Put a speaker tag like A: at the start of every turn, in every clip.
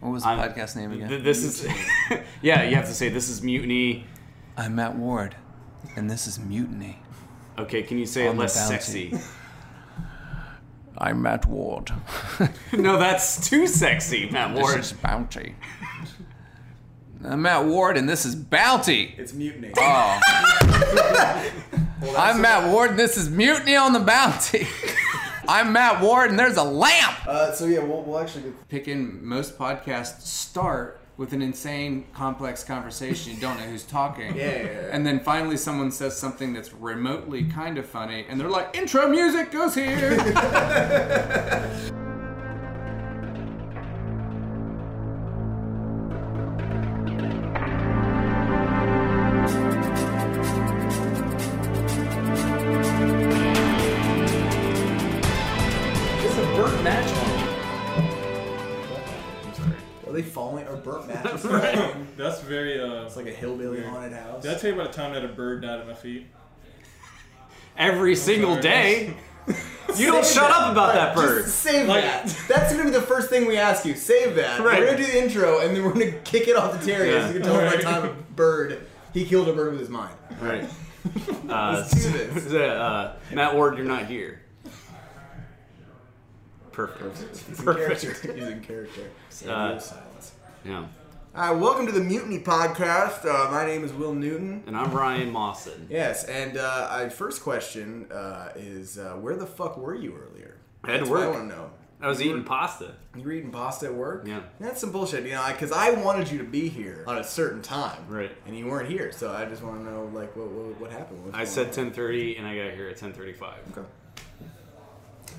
A: What was the
B: I'm-
A: podcast name again?
B: Th- this is, yeah, you have to say this is mutiny.
A: I'm Matt Ward, and this is Mutiny.
B: Okay, can you say
A: On
B: it
A: the
B: less
A: bounty.
B: sexy?
A: I'm Matt Ward.
B: no, that's too sexy, Matt Ward.
A: This is Bounty. I'm Matt Ward, and this is Bounty.
C: It's mutiny.
A: Oh,
C: Well, that's
A: I'm
C: the-
A: Matt Ward, and this is Mutiny on the Bounty. I'm Matt Ward, and there's a lamp.
C: Uh, so yeah, we'll, we'll actually get.
A: Picking most podcasts start with an insane, complex conversation. You don't know who's talking.
C: Yeah, yeah, yeah.
A: And then finally, someone says something that's remotely kind of funny, and they're like, "Intro music goes here."
C: It's a Burt match on. Are they falling? Are Burt matches falling?
D: That's very. Uh,
C: It's like a hillbilly haunted house.
D: did I tell you about a time that a bird died at my feet?
B: Every single
D: sorry.
B: day. You don't
C: Save
B: shut
C: that.
B: up about that
C: Just
B: bird.
C: save
D: Like-
C: that. That's gonna be the first thing we ask you. Save that.
B: Right.
C: We're gonna do the intro and then we're gonna kick it off to Terry.
B: Yeah.
C: So you can tell him
D: Right.
C: about time a bird. He killed a bird with his mind.
B: Right. Uh,
C: Let's do this.
B: uh, Matt Ward, you're not here. Perfect.
C: He's in character. He's in character. Save
B: Uh,
C: your silence.
B: Yeah.
C: All right, welcome to the Mutiny Podcast. Uh, my name is Will Newton.
B: And I'm Ryan Mawson.
C: Yes, and uh, I first question uh, is uh, where the fuck were you earlier?
B: I had to
C: That's what I
B: work.
C: want to know.
B: I was eating pasta.
C: You were eating pasta at work?
B: Yeah.
C: That's some bullshit, you know, because I wanted you to be here on a certain time.
B: Right.
C: And you weren't here, so I just want to know, like, what, what, what happened? What's
B: I
C: going
B: said
C: on?
B: 10:30, and I got here at 10:35.
C: Okay.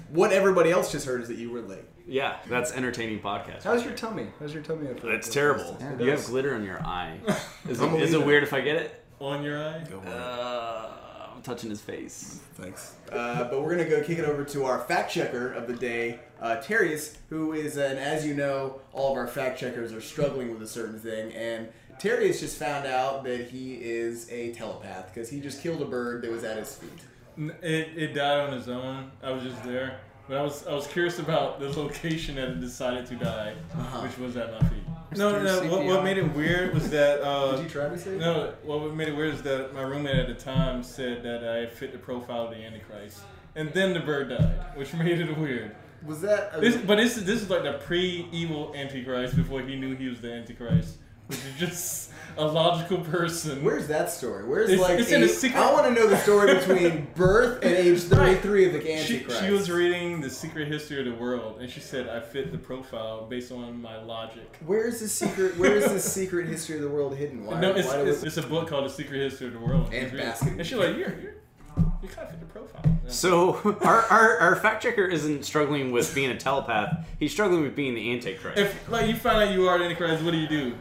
C: What everybody else just heard is that you were late.
B: Yeah, that's entertaining podcast.
C: How's your tummy? How's your tummy? After
B: That's terrible.
C: It
B: You have
C: does.
B: glitter on your eye. Is
C: I'm
B: it,
C: a
B: is it
C: leader.
B: weird if I get it?
D: On your eye?
C: Go for it.
B: Uh, I'm touching his face.
C: Thanks. Uh, but we're gonna go kick it over to our fact checker of the day, uh, Terry's, who is, and as you know, all of our fact checkers are struggling with a certain thing, and Terry has just found out that he is a telepath because he just killed a bird that was at his feet.
D: N- It, it died on its own. I was just there. But I was I was curious about the location that it decided to die,
C: Uh-huh.
D: which was at my feet. No, no, no. What, what made it weird was that. Uh,
C: Did you try to say?
D: No, what made it weird is that my roommate at the time said that I fit the profile of the Antichrist. And then the bird died, which made it weird.
C: Was that? A,
D: This, but this is this is like the pre-evil Antichrist before he knew he was the Antichrist, which is just a logical person.
C: Where's that story? Where's
D: It's-
C: like?
D: it's in a
C: eight-
D: secret-
C: I want to know the story between birth and age thirty-three of the
D: she,
C: Antichrist.
D: she was reading the secret history of the world, and she said, "I fit the profile based on my logic."
C: Where is the secret? Where is the secret history of the world hidden? Why?
D: no, it's,
C: why do we-
D: it's, it's a book called The Secret History of the World.
C: And
D: It's really-
C: basket.
D: And she's like, "You're you're you kind of fit the profile."
B: So our, our, our fact checker isn't struggling with being a telepath. He's struggling with being the antichrist.
D: If like you find out you are the Antichrist, what do you do?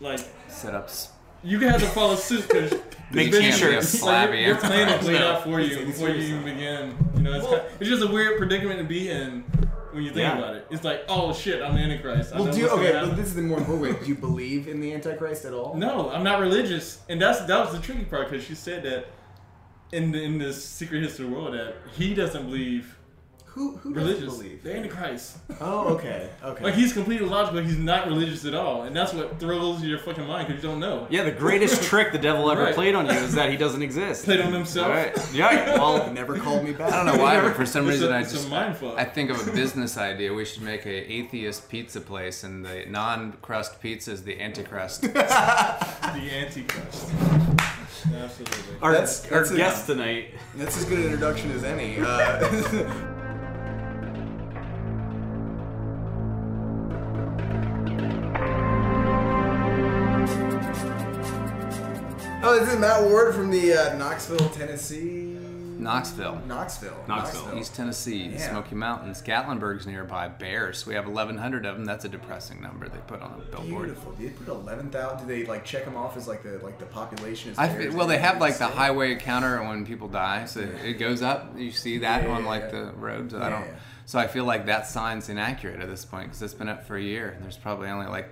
D: Like
A: Set up s-
D: you have to follow suit because
B: Make t-shirts.
D: Your plan is
B: Antichrist.
D: laid out for
C: It's-
D: you
C: it's
D: before you even
C: suicide.
D: begin. You know, it's,
C: Well-
D: kind it's just a weird predicament to be in when you think
B: Yeah.
D: about it. It's like, oh shit, I'm the Antichrist. I
C: Well,
D: know
C: do you,
D: what's gonna
C: okay,
D: happen.
C: but this is the more important way. Do you believe in the Antichrist at all?
D: No, I'm not religious, and that's that was the tricky part because she said that in the, in this secret history world that he doesn't believe
C: Who who does
D: religious.
C: believe?
D: The Antichrist,
C: Oh, okay, okay.
D: like he's completely logical. He's not religious at all, and that's what throws your fucking mind because you don't know.
B: Yeah, the greatest trick the devil ever
D: Right.
B: played on you is that he doesn't exist.
D: Played on himself.
B: All right. Yeah.
C: He
B: Well,
C: never called me back.
A: I don't know why, but for some
D: It's
A: reason
D: a,
A: I
D: it's
A: just
D: a mind fuck.
A: I think of a business idea. We should make a atheist pizza place, and the non-crust pizza is the anticrust.
D: the Antichrist. Absolutely.
B: our,
C: That's-
B: our
C: that's a-
B: guest tonight.
C: That's as good an introduction as any. Uh, oh, this is Matt Ward from the uh, Knoxville, Tennessee.
A: Knoxville,
C: Knoxville.
B: Knoxville.
A: East Tennessee, the
C: Yeah.
A: Smoky Mountains, Gatlinburg's nearby. Bears. We have 1,100 of them. That's a depressing number they put on a billboard.
C: Beautiful. Did they put eleven thousand? Did they like check them off as like the like the population? Is
A: I
C: there?
A: fe-
C: Is
A: well, they
C: that
A: have like the
C: insane?
A: highway counter when people die, so it goes up. You see that
C: Yeah,
A: on
C: yeah,
A: like
C: yeah.
A: the roads. I
C: Yeah,
A: don't.
C: yeah.
A: So I feel like that sign's inaccurate at this point because it's been up for a year, and there's probably only like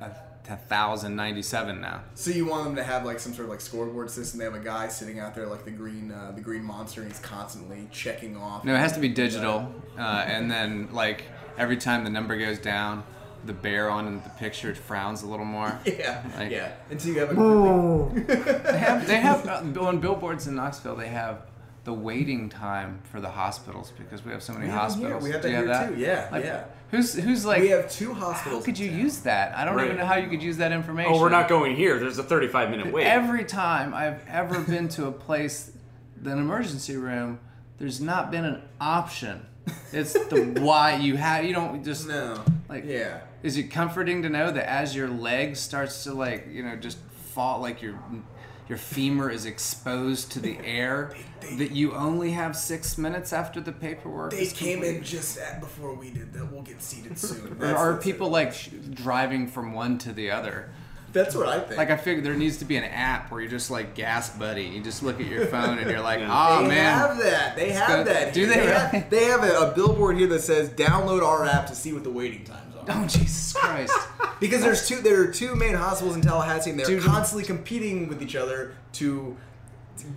A: a, a thousand ninety-seven now.
C: So you want them to have like some sort of like scoreboard system? They have a guy sitting out there like the green uh, the green monster, and he's constantly checking off.
A: No, it has to be digital, uh, and then like every time the number goes down, the bear on the picture, it frowns a little more.
C: Yeah,
A: Like-
C: yeah. Until you have a
A: They have, they have uh, on billboards in Knoxville. They have the waiting time for the hospitals because we have so many
C: We have it here.
A: hospitals.
C: We have
A: Do
C: that
A: you
C: here, too. Yeah,
A: Like,
C: yeah.
A: Who's who's like?
C: we have two
A: how
C: hospitals.
A: could you use that? I don't
B: Right.
A: even know how you could use that information.
B: Oh, we're not going here. There's a 35 minute wait.
A: Every time I've ever been to a place, an emergency room, there's not been an option. It's the why you have. You don't just
C: No.
A: Like-
C: yeah.
A: Is it comforting to know that as your leg starts to like you know just fall like your your femur is exposed to the air that you only have six minutes after the paperwork
C: They
A: is
C: came in
A: complete?
C: just at before we did that. We'll get seated soon.
A: Or
C: That's,
A: are
C: that's
A: people
C: it.
A: like sh- driving from one to the other?
C: That's what I think.
A: Like I figure there needs to be an app where you're just like gas buddy. You just look at your phone and you're like,
B: Yeah.
A: ah
C: they
A: man,
C: have that. They
A: good.
C: have that.
A: Do
C: here.
A: they really?
C: Have, they have a, a billboard here that says, "Download our app to see what the waiting times are."
A: oh Jesus Christ.
C: Because there's two, there are two main hospitals in Tallahassee, and they're
A: Dude.
C: constantly competing with each other to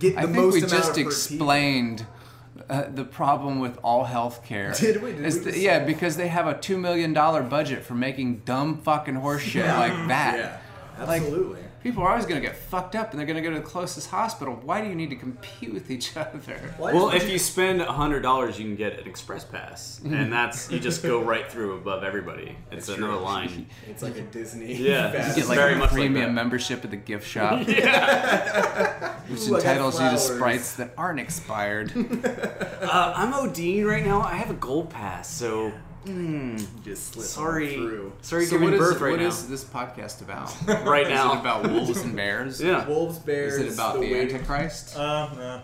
C: get the
A: I think
C: most
A: we
C: amount of
A: just
C: per
A: explained uh, the problem with all healthcare.
C: Did we? Did
A: Is
C: we
A: the-
C: just-
A: yeah, because they have a two million dollar budget for making dumb fucking horse shit
C: Yeah.
A: like that.
C: Yeah,
A: Like,
C: absolutely.
A: people are always gonna get fucked up, and they're gonna go to the closest hospital. Why do you need to compete with each other?
C: Why
B: Well,
C: does-
B: if you spend hundred dollars, you can get an express pass, and that's you just go right through above everybody. It's another line.
C: it's like a Disney.
B: Yeah.
C: fast-
A: You get like
B: Very
A: a
B: much like
A: premium
B: that.
A: membership at the gift shop, which
C: Ooh, I got
A: entitles you to
C: flowers.
A: sprites that aren't expired.
B: Uh, I'm ODing right now. I have a gold pass, so
C: just slip on
B: sorry,
C: through.
B: sorry,
A: Oh, so
B: giving
A: what is
B: birth right
A: what
B: now.
A: is this podcast about?
B: right now,
A: Is it about wolves and bears?
B: yeah.
C: Wolves, bears.
A: Is it about the
C: waiting-
A: Antichrist?
D: Uh, no.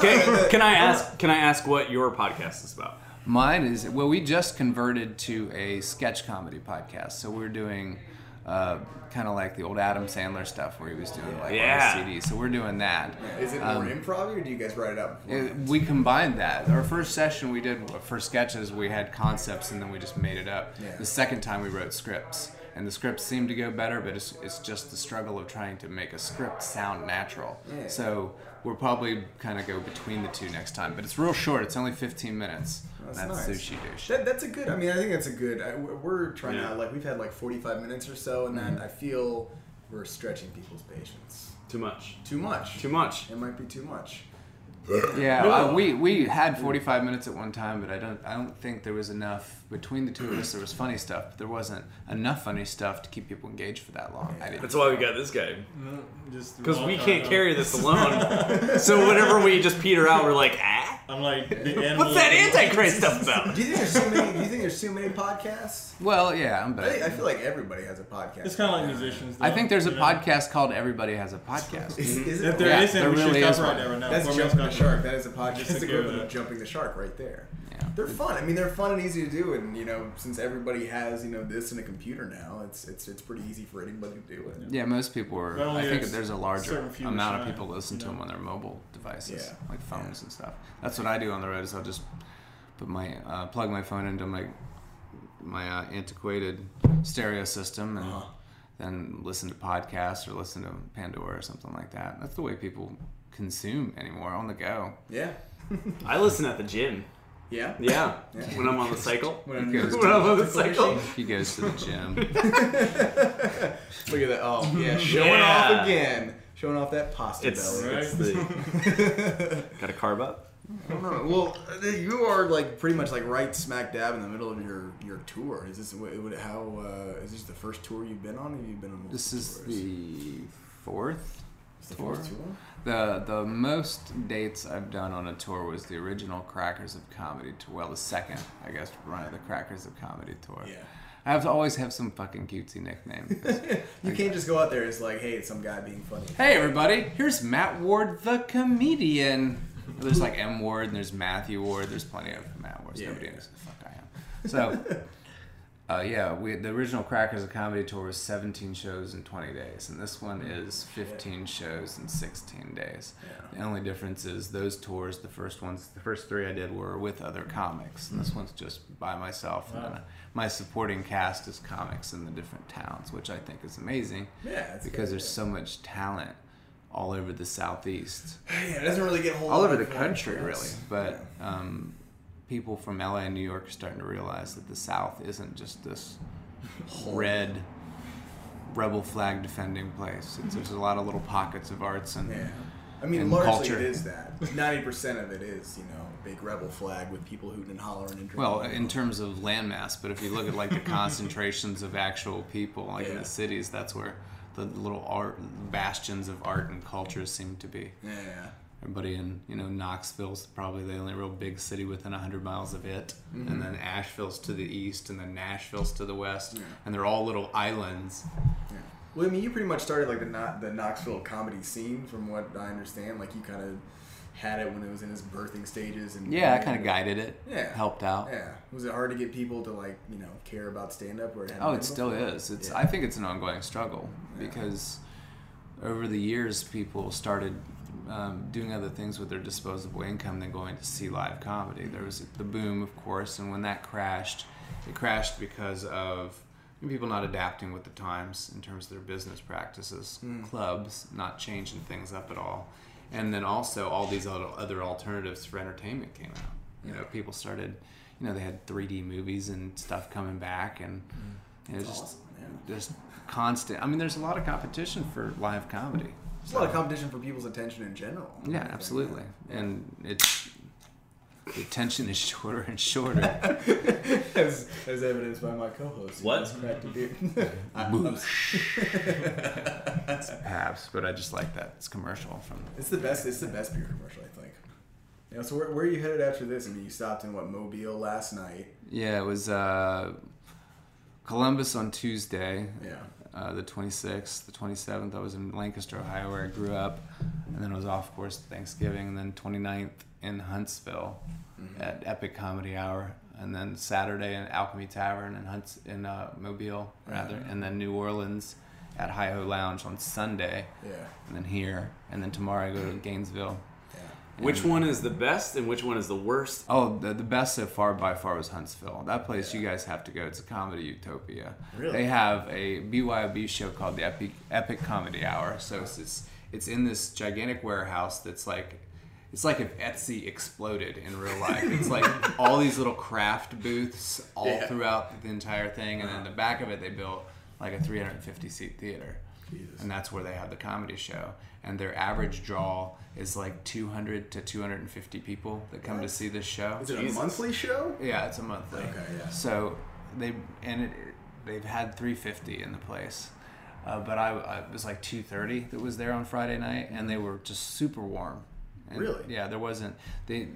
B: Can, can I ask? Can I ask what your podcast is about?
A: Mine is well, we just converted to a sketch comedy podcast, so we're doing uh, kind of like the old Adam Sandler stuff where he was doing like
B: Yeah.
A: on the CD. So we're doing that.
C: Is it more
A: Um,
C: improv, or do you guys write it up?
A: It- we combined that. Our first session we did for sketches, we had concepts and then we just made it up.
C: Yeah.
A: The second time we wrote scripts, and the scripts seemed to go better, but it's, it's just the struggle of trying to make a script sound natural.
C: Yeah.
A: So we'll probably kind of go between the two next time, but it's real short. It's only 15 minutes.
C: That's
A: That's,
C: nice.
A: sushi douche.
C: That, that's a good. I mean, I think that's a good. I, we're- we're trying
B: Yeah.
C: to like we've had like forty five minutes or so, and
A: Mm-hmm.
C: then I feel we're stretching people's patience
B: Too much.
C: too much.
B: Too much.
C: It might be too much.
A: Yeah,
B: No.
A: uh, we we had 45 minutes at one time, but I don't I don't think there was enough between the two of us. There was funny stuff, but there wasn't enough funny stuff to keep people engaged for that long. I didn't-
B: That's why we got this guy.
D: No, just
B: Because we
D: walk
A: uh,
B: can't
D: out.
B: carry this alone. so whenever we just peter out, we're like, ah,
D: I'm like the animal.
B: what's that Antichrist stuff about?
C: Do you think there's too many? Do you think there's too many podcasts?
A: well, yeah, I'm
C: I, think- I
A: better.
C: feel like everybody has a podcast.
D: It's kind of like musicians. Though,
A: I think there's a
D: you know?
A: podcast called Everybody Has a Podcast.
C: Is, is
D: If
C: it?
D: there
A: Yeah,
D: not
A: there
D: we
A: really
D: should
A: is one.
D: copyright that right now.
C: That's
D: Before we
C: jumping the
D: copyright.
C: shark. That is a podcast.
D: Just
C: It's the
D: to go
C: equivalent
D: to-
C: of jumping the shark right there.
A: Yeah.
C: They're fun. I mean, they're fun and easy to do, and you know, since everybody has you know this and a computer now, it's it's it's pretty easy for anybody to do it.
A: Yeah, most people are.
D: But only
A: I think
D: there's
A: there's a
D: certain
A: larger
D: few
A: amount of
D: trying,
A: people listen
D: you
A: to them
D: know.
A: on their mobile devices,
C: Yeah.
A: like phones and stuff. That's what I do on the road. Is I'll just put my uh, plug my phone into my my uh, antiquated stereo system and
D: Uh-huh.
A: then listen to podcasts or listen to Pandora or something like that. That's the way people consume anymore on the go.
C: Yeah.
B: I listen at the gym.
C: Yeah.
B: Yeah, when I'm on the cycle. When
C: When-
A: He goes
B: I'm
A: to,
B: on the
D: Oh.
B: cycle.
A: he goes to the gym.
C: Look at that. Oh, yeah. Showing
B: Yeah.
C: off again. Showing off that pasta
B: It's,
C: belly.
D: Right.
B: it's the gotta carb up.
C: I don't know. Well, uh, you are like pretty much like right smack dab in the middle of your your tour. Is this what, what how uh, is this the first tour you've been on? Or have you been on? multiple
A: This is
C: tours?
A: the fourth
C: It's the fourth tour.
A: The the most dates I've done on a tour was the original Crackers of Comedy tour. Well, the second, I guess, run of the Crackers of Comedy tour.
C: Yeah.
A: I have to always have some fucking cutesy nickname.
C: You can't just go out there. It's like, hey, it's some guy being funny.
A: hey everybody, here's Matt Ward the comedian. There's like M Ward and there's Matthew Ward. There's plenty of Matt Wards.
C: Yeah,
A: Nobody
C: yeah.
A: knows who the fuck I am. So. Uh, yeah, we, the original Crackers of Comedy tour was 17 shows in 20 days, and this one
C: Mm.
A: is 15 shows in 16 days. The only difference is those tours, the first ones, the first three I did were with
C: Mm.
A: other comics, and this one's just by myself. And then my supporting cast is comics in the different towns, which I think is amazing.
C: Yeah, it's
A: because
C: good,
A: there's so much talent all over the southeast
C: Yeah, it doesn't really get a whole
A: all
C: lot
A: over
C: of
A: the
C: attention.
A: country really but um, people from la and new york are starting to realize that the south isn't just this red rebel flag defending place. It's, there's a lot of little pockets of arts and
C: Yeah. I mean,
A: And
C: largely
A: culture.
C: it is that. 90% of it is, you know, big rebel flag with people hooting and hollering and drinking.
A: well, in terms of landmass. But if you look at like the concentrations of actual people, like in
C: Yeah.
A: the cities, that's where the little art bastions of art and culture seem to be.
C: yeah.
A: Everybody in you know Knoxville's probably the only real big city within hundred miles of it,
C: Mm-hmm.
A: and then Asheville's to the east, and then Nashville's to the west, and they're all little islands.
C: Yeah. Well, I mean, you pretty much started like the not the Knoxville comedy scene, from what I understand. Like you kind of had it when it was in its birthing stages, and
A: Yeah, I kind of guided it.
C: Yeah.
A: helped out.
C: Yeah. Was it hard to get people to like you know care about stand up or?
A: Oh, it still is. It's.
C: Yeah.
A: I think it's an ongoing struggle because over the years, people started um, doing other things with their disposable income than going to see live comedy. There was the boom, of course, and when that crashed, it crashed because of people not adapting with the times in terms of their business practices,
C: Hmm.
A: clubs not changing things up at all, and then also all these other, other alternatives for entertainment came out. You know, people started. You know, they had 3D movies and stuff coming back, and it was just
C: Hmm. awesome, yeah.
A: just constant. I mean, there's a lot of competition for live comedy.
C: There's a lot of competition for people's attention in general.
A: Yeah, absolutely. And it's the attention is shorter and shorter.
C: as, as evidenced by my co-host. who
B: What?
C: goes Back to beer. I-
A: Perhaps, but I just like that it's commercial from.
C: it's the best. It's the best beer commercial, I think. You know, so where, where are you headed after this? I mean, you stopped in what Mobile last night.
A: Yeah, it was uh, Columbus on Tuesday,
C: Yeah.
A: uh, the 26th, the 27th. I was in Lancaster, Ohio, where I grew up, and then I was off course to Thanksgiving, and then 29th in Huntsville at Epic Comedy Hour, and then Saturday in Alchemy Tavern in Hunts in uh, Mobile rather, and then New Orleans at Hi Ho Lounge on Sunday,
C: Yeah.
A: and then here, and then tomorrow I go to Gainesville.
C: Yeah.
B: Which one is the best and which one is the worst?
A: Oh, the, the best so far by far was Huntsville. That place you guys have to go. It's a comedy utopia.
C: Really?
A: They have a BYOB show called the Epic Epic Comedy Hour. So it's it's, it's in this gigantic warehouse that's like it's like if Etsy exploded in real life. It's like all these little craft booths all
C: Yeah. Uh-huh.
A: throughout the entire thing, and then the back of it they built like a 350 seat theater.
C: Jesus.
A: And that's where they have the comedy show. And their average draw is like 200 to 250 people that come to see this show.
C: Is it
B: Jesus.
C: a monthly show?
A: Yeah, it's a monthly.
C: Okay, yeah.
A: So they and it, they've had 350 in the place, uh, but I, I it was like 230 that was there on Friday night, and they were just super warm. And,
C: Mm-hmm. Really?
A: Yeah, there wasn't. They,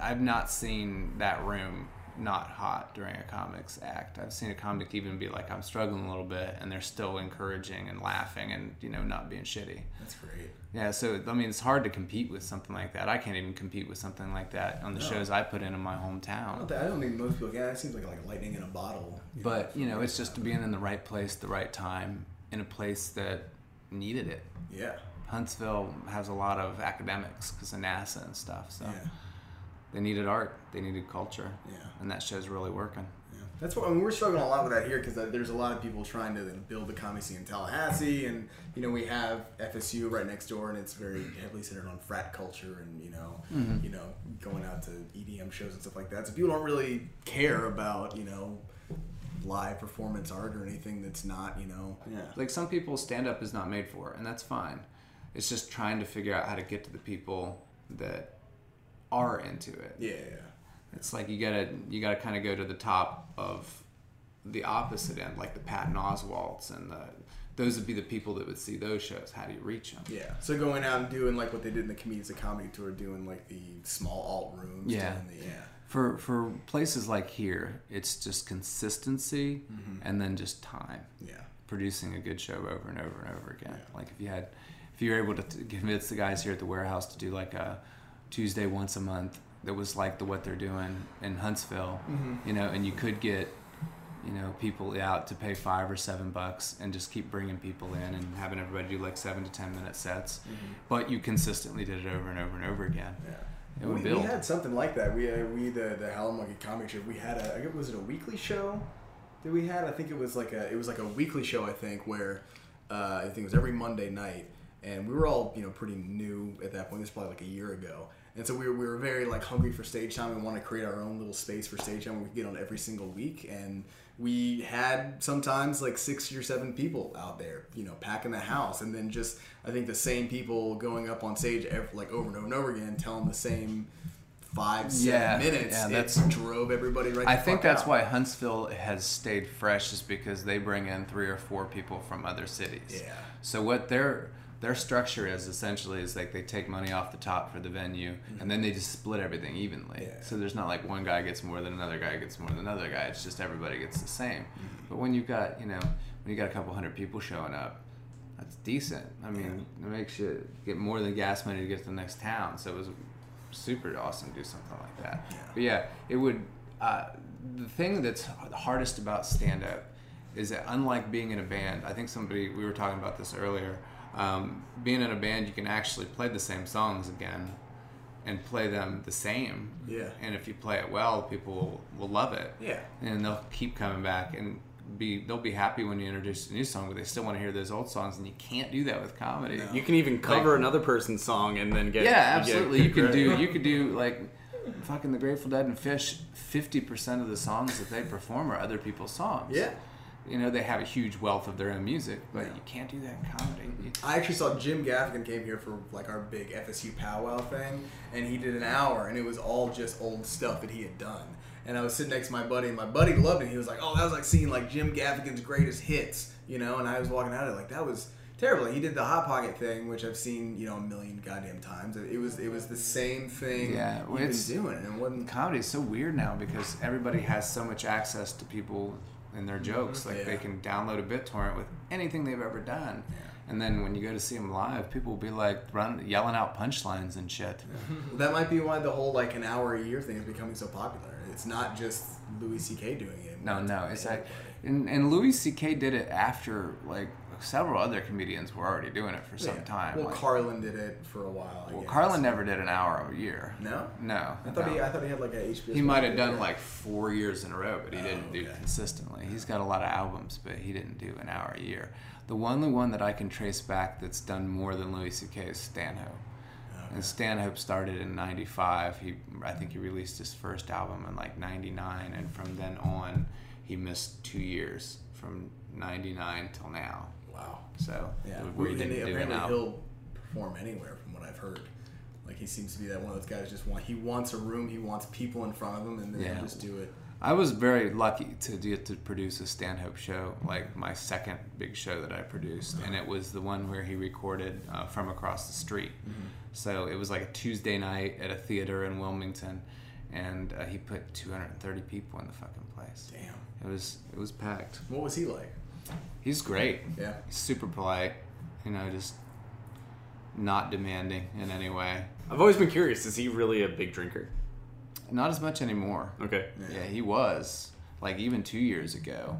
A: I've not seen that room not hot during a comics act. I've seen a comic even be like, I'm struggling a little bit, and they're still encouraging and laughing and you know not being shitty.
C: That's great.
A: Yeah, so I mean, it's hard to compete with something like that. I can't even compete with something like that on the
C: No.
A: shows I put in in my hometown.
C: I don't, thi- I don't think most people. Yeah, it seems like like lightning in a bottle.
A: But you know, it's just being in the right place, the right time, in a place that needed it.
C: Yeah.
A: Huntsville has a lot of academics because of NASA and stuff, so
C: Yeah.
A: they needed art, they needed culture,
C: Yeah.
A: and that show's really working.
C: Yeah. That's what I mean, we're struggling a lot with that here because there's a lot of people trying to build the comedy scene in Tallahassee, and you know we have FSU right next door, and it's very heavily centered on frat culture and you know you know going out to EDM shows and stuff like that. So people don't really care about you know live performance art or anything that's not you know yeah
A: Like some people, stand up is not made for, and that's fine. It's just trying to figure out how to get to the people that are into it.
C: yeah
A: It's like you gotta you gotta kind of go to the top of the opposite end, like the Patton Oswalts and the those would be the people that would see those shows. How do you reach them?
C: yeah. So going out and doing like what they did in the Comedians of Comedy tour, doing like the small alt rooms.
A: Yeah.
C: doing the, yeah.
A: For for places like here, it's just consistency
C: Mm-hmm.
A: and then just time
C: Yeah.
A: producing a good show over and over and over again. Like if you had if you were able to t- convince the guys here at the warehouse to do like a Tuesday once a month that was like the what they're doing in Huntsville,
C: Mm-hmm.
A: you know, and you could get you know people out to pay five or seven bucks and just keep bringing people in and having everybody do like seven to ten minute sets, but you consistently did it over and over and over again.
C: Mm-hmm. Yeah.
A: It would
C: we, we
A: build.
C: had something like that. We uh, we the the Halamucky comic show. We had a I guess- was it a weekly show that we had? I think it was like a it was like a weekly show. I think where uh, I think it was every Monday night, and we were all you know pretty new at that point. This was probably like a year ago, and so we were, we were very like hungry for stage time. We wanted to create our own little space for stage time. where We could get on every single week, and we had sometimes like six or seven people out there, you know, packing the house, and then just I think the same people going up on stage ev like over and over and over again, telling the same five seven
A: Yeah,
C: minutes.
A: yeah,
C: it
A: that's-
C: drove everybody right.
A: I
C: the
A: think
C: fuck
A: that's
C: out.
A: why Huntsville has stayed fresh, is because they bring in three or four people from other cities.
C: Yeah.
A: So what their their structure is essentially is like they take money off the top for the venue, and then they just split everything evenly.
C: Yeah.
A: So there's not like one guy gets more than another guy gets more than another guy. It's just everybody gets the same. But when you've got you know when you got a couple hundred people showing up. That's decent. I mean, it makes you get more than gas money to get to the next town. So it was super awesome to do something like that. But yeah, it would. Uh, the thing that's the hardest about stand up is that, unlike being in a band, I think somebody, we were talking about this earlier, um, being in a band, you can actually play the same songs again and play them the same.
C: Yeah.
A: And if you play it well, people will love it.
C: Yeah.
A: And they'll keep coming back and be they'll be happy when you introduce a new song, but they still want to hear those old songs, and you can't do that with comedy.
B: You can even cover another person's song and then get
A: Yeah,
B: you get
A: absolutely. You
B: good
A: can do
B: credit.
A: you could do like fucking the Grateful Dead and Fish. Fifty percent of the songs that they perform are other people's songs.
C: Yeah.
A: You know they have a huge wealth of their own music, but
C: Yeah.
A: you can't do that in comedy. You-
C: I actually saw Jim Gaffigan came here for like our big FSU powwow thing, and he did an hour, and it was all just old stuff that he had done. And I was sitting next to my buddy, and my buddy loved it. He was like, "Oh, that was like seeing like Jim Gaffigan's greatest hits," you know. And I was walking out of it like that was terrible. He did the hot pocket thing, which I've seen you know a million goddamn times. It it was it was the same thing
A: Yeah,
C: he'd
A: well,
C: been
A: it's-
C: doing, and it wasn't
A: comedy is so weird now because everybody has so much access to people and their jokes. Like
C: Mm-hmm. Yeah.
A: they can download a BitTorrent with anything they've ever done.
C: Yeah.
A: And then when you go to see them live, people will be like run, yelling out punchlines and shit.
C: Well, that might be why the whole like an hour a year thing is becoming so popular. It's not just Louis C.K. doing it.
A: No, no, it's like, and, and Louis C.K. did it after like several other comedians were already doing it for some
C: Yeah.
A: time.
C: Well,
A: like,
C: Carlin did it for a while. I
A: well,
C: guess.
A: Carlin never did an hour a year.
C: No?
A: no.
C: I thought
A: no.
C: he. I thought he had like a HBO.
A: He might have done like four years in a row, but he
C: Oh,
A: didn't do
C: okay.
A: it consistently. He's got a lot of albums, but he didn't do an hour a year. The only one that I can trace back that's done more than Louis C.K. is Stanhope. And Stanhope started in '95. He, I think, he released his first album in like '99, and from then on, he missed two years from '99 till now.
C: Wow.
A: So
C: Yeah.
A: we
C: and
A: didn't
C: he-
A: do an
C: apparently
A: album.
C: he'll perform anywhere, from what I've heard. Like he seems to be that one of those guys. Just want he wants a room. He wants people in front of him, and then
A: Yeah.
C: he'll just do it.
A: I was very lucky to get to produce a Stanhope show, like my second big show that I produced, and it was the one where he recorded uh, from across the street. So it was like a Tuesday night at a theater in Wilmington, and uh, he put 230 people in the fucking place.
C: Damn.
A: It was it was packed.
C: What was he like?
A: He's great.
C: Yeah.
A: He's super polite. You know, just not demanding in any way.
B: I've always been curious. Is he really a big drinker?
A: Not as much anymore.
B: Okay.
A: Yeah, he was. Like even two years ago,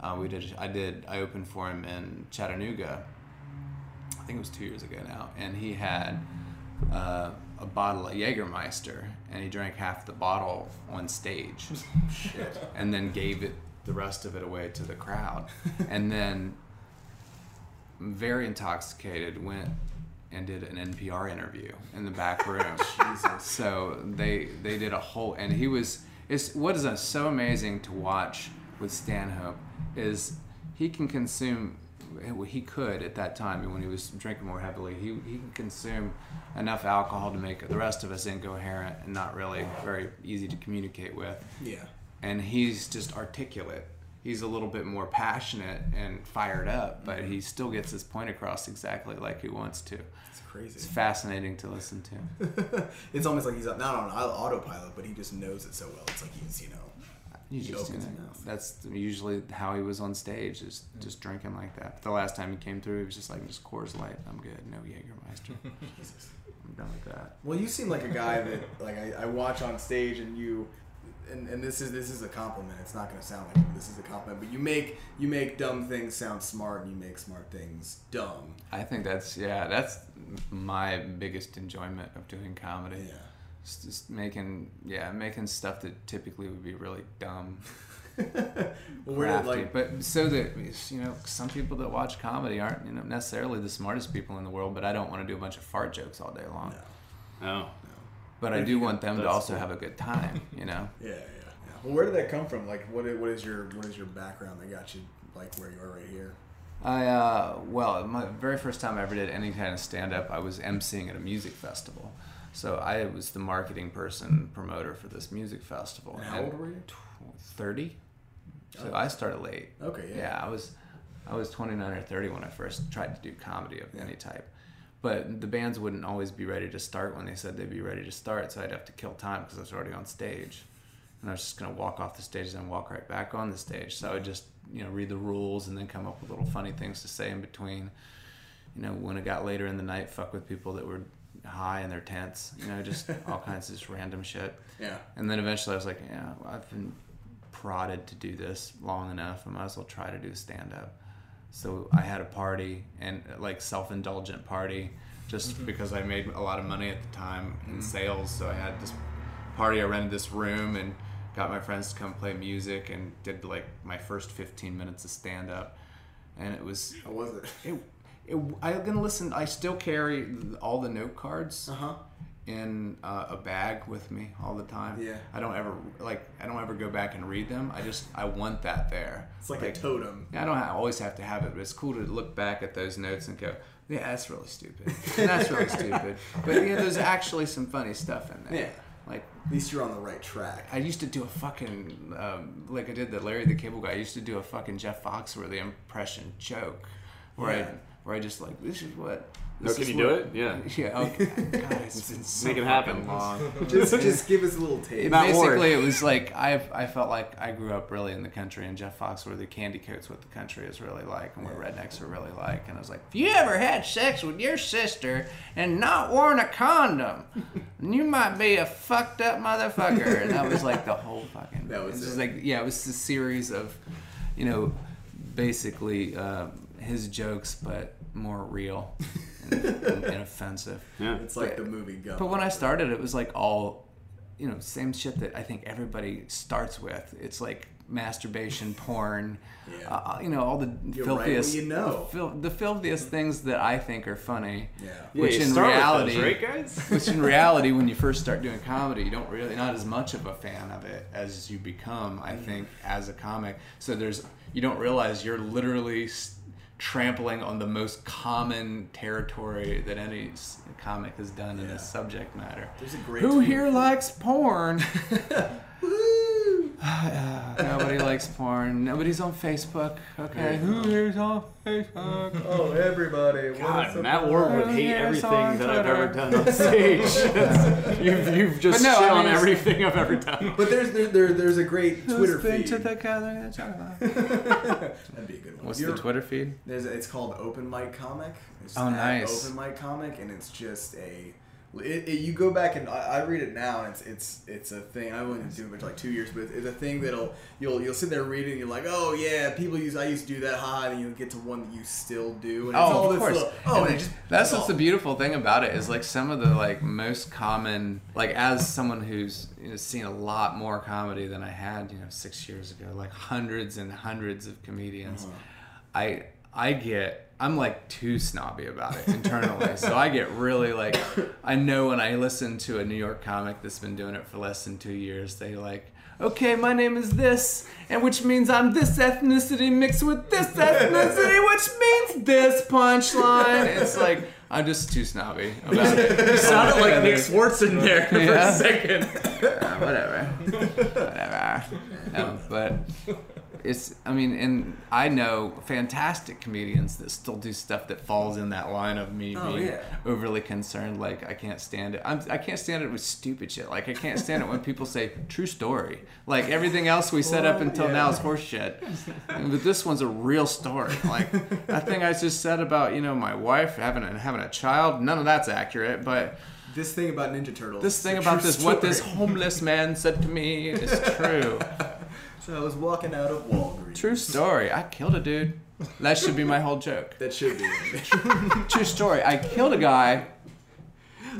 A: uh, we did. I did. I opened for him in Chattanooga. I think it was two years ago now, and he had uh, a bottle of Jägermeister, and he drank half the bottle on stage, and then gave it the rest of it away to the crowd, and then very intoxicated went and did an NPR interview in the back room. So they they did a whole and he was it's what is so amazing to watch with Stanhope is he can consume well, he could at that time when he was drinking more heavily he, he can consume enough alcohol to make the rest of us incoherent and not really very easy to communicate with
C: Yeah.
A: and he's just articulate. He's a little bit more passionate and fired up, but he still gets his point across exactly like he wants to.
C: It's crazy.
A: It's fascinating to listen to.
C: it's almost like he's not on autopilot, but he just knows it so well. It's like he's you know
A: You
C: He
A: just, you
C: opens
A: know,
C: his mouth.
A: that's usually how he was on stage, is just drinking like that. The last time he came through, he was just like, just Coors Light. I'm good. No Jägermeister. I'm done with that.
C: Well, you seem like a guy that like I, I watch on stage, and you, and, and this is this is a compliment. It's not going to sound like this is a compliment, but you make you make dumb things sound smart, and you make smart things dumb.
A: I think that's yeah, that's my biggest enjoyment of doing comedy.
C: Yeah,
A: It's just making yeah, making stuff that typically would be really dumb.
C: well, where did
A: crafty.
C: like
A: but so that you know, some people that watch comedy aren't you know necessarily the smartest people in the world. But I don't want to do a bunch of fart jokes all day long.
C: No.
B: Oh.
A: But I do want them to
B: That's
A: also
B: cool.
A: have a good time. You know,
C: yeah yeah. yeah. Well, where did that come from? Like, what is, what is your what is your background that got you like where you are right here?
A: I uh, well, my very first time I ever did any kind of stand up, I was emceeing at a music festival. So I was the marketing person promoter for this music festival.
C: And how old were you? Oh.
A: Tw- Thirty. So I started late.
C: Okay, yeah.
A: Yeah, I was, I was twenty nine or thirty when I first tried to do comedy of any type. But the bands wouldn't always be ready to start when they said they'd be ready to start, so I'd have to kill time because I was already on stage, and I was just gonna walk off the stage and then walk right back on the stage. So I would just you know read the rules and then come up with little funny things to say in between you know, when it got later in the night, fuck with people that were high in their tents, you know, just all kinds of just random shit.
C: Yeah.
A: And then eventually I was like, yeah, well, I've been prodded to do this long enough. I might as well try to do stand up. So I had a party and like self indulgent party just because I made a lot of money at the time in sales. So I had this party. I rented this room and got my friends to come play music and did like my first 15 minutes of stand up. And it was
C: How was it?
A: it, it, I'm gonna listen. I still carry all the note cards
C: Uh huh.
A: in uh, a bag with me all the time.
C: Yeah.
A: I don't ever like. I don't ever go back and read them. I just I want that there.
C: It's like, a totem.
A: Yeah, I don't ha always have to have it, but it's cool to look back at those notes and go, yeah, that's really stupid. And that's really stupid. But yeah, there's actually some funny stuff in there.
C: Yeah.
A: Like
C: At least you're on the right track.
A: I used to do a fucking um, like I did the Larry the Cable Guy. I used to do a fucking Jeff Foxworthy impression joke, where
C: Yeah.
A: I where I just like this is what. This
B: No, Oh, can
A: is
B: you do
A: what-
B: it? Yeah.
A: Yeah. Okay. God, it's been so
B: Make it
A: fucking
B: happen.
A: Long.
C: Just, just give us a little taste.
B: Not
A: Basically,
B: worried.
A: it was like I I felt like I grew up really in the country, and Jeff Foxworthy candy coats what the country is really like, and what rednecks are really like. And I was like, if you ever had sex with your sister and not worn a condom, then you might be a fucked up motherfucker. And that was like the whole fucking.
C: That was
A: it's just
C: it.
A: like yeah, it was a series of, you know, basically uh, his jokes, but more real and, and inoffensive.
B: Yeah.
C: It's like the movie Gump.
A: But when I started, it was like all, you know, same shit that I think everybody starts with. It's like masturbation, porn,
C: Yeah.
A: uh, you know, all the
C: You write what
A: filthiest,
C: you know.
A: the, fil- the filthiest things that I think are funny.
C: Yeah.
B: Yeah,
A: Which
B: you
A: in
B: start with
A: reality,
B: those, right, guys?
A: which in reality, when you first start doing comedy, you don't really not as much of a fan of it as you become.
C: Mm.
A: I think as a comic, so there's you don't realize you're literally s- trampling on the most common territory that any s- comic has done in
C: Yeah.
A: this subject matter.
C: There's a great
A: Who
C: tweet.
A: here likes porn?
C: Woo!
A: Uh, nobody likes porn. Nobody's on Facebook. Okay, who here's on Facebook?
C: Oh, everybody. what is
B: God,
C: up
B: Matt
C: with
B: Ward
A: that?
B: would hate
A: Oh, Yeah, I
B: everything
A: saw on
B: that I've
A: Twitter.
B: ever done on stage. you've, you've just
A: But no, I
B: shit
A: mean,
B: on
A: it's-
B: everything I've ever done.
C: But there's there, there, there's a great Twitter
A: Who's been
C: feed.
A: to the gathering of chocolate?
C: That'd be a good one.
A: What's
C: You're-
A: the Twitter feed?
C: There's a, it's called Open Mic Comic. It's
A: Oh,
C: at
A: nice.
C: Open Mic Comic, and it's just a. It, it, you go back and I, I read it now, and it's it's it's a thing. I wouldn't do it for like two years, but it's a thing that'll you'll you'll sit there reading. And you're like, oh yeah, people use I used to do that. Ha! And you'll get to one that you still do. And it's all
A: Oh, of
C: this
A: course.
C: little- oh,
A: And
C: and
A: it-
C: it just,
A: that's
C: it's
A: what's
C: all-
A: the beautiful thing about it is like some of the like most common like as someone who's you know, seen a lot more comedy than I had you know six years ago like hundreds and hundreds of comedians,
C: Uh-huh.
A: I I get. I'm like too snobby about it internally. so I get really like, I know when I listen to a New York comic that's been doing it for less than two years, they like, okay, my name is this, and which means I'm this ethnicity mixed with this ethnicity, which means this punchline. It's like I'm just too snobby about it.
B: You sounded like
D: Yeah,
B: Nick
D: dude.
B: Swartz in there for
A: Yeah.
B: a second.
A: Yeah, whatever, whatever. No, but it's. I mean, and I know fantastic comedians that still do stuff that falls in that line of me
C: Oh,
A: being
C: yeah.
A: overly concerned. Like I can't stand it. I'm, I can't stand it with stupid shit. Like I can't stand it when people say true story. Like everything else we set up
C: Well,
A: until
C: yeah.
A: now is horse shit. but this one's a real story. Like that thing I just said about you know my wife having a, having a child. None of that's accurate, but
C: this thing about Ninja Turtles.
A: this thing
C: It's a
A: about
C: true
A: this what this
C: story.
A: homeless man said to me is true.
C: So I was walking out of Walgreens.
A: True story. I killed a dude. That should be my whole joke.
C: That should be.
A: True story. I killed a guy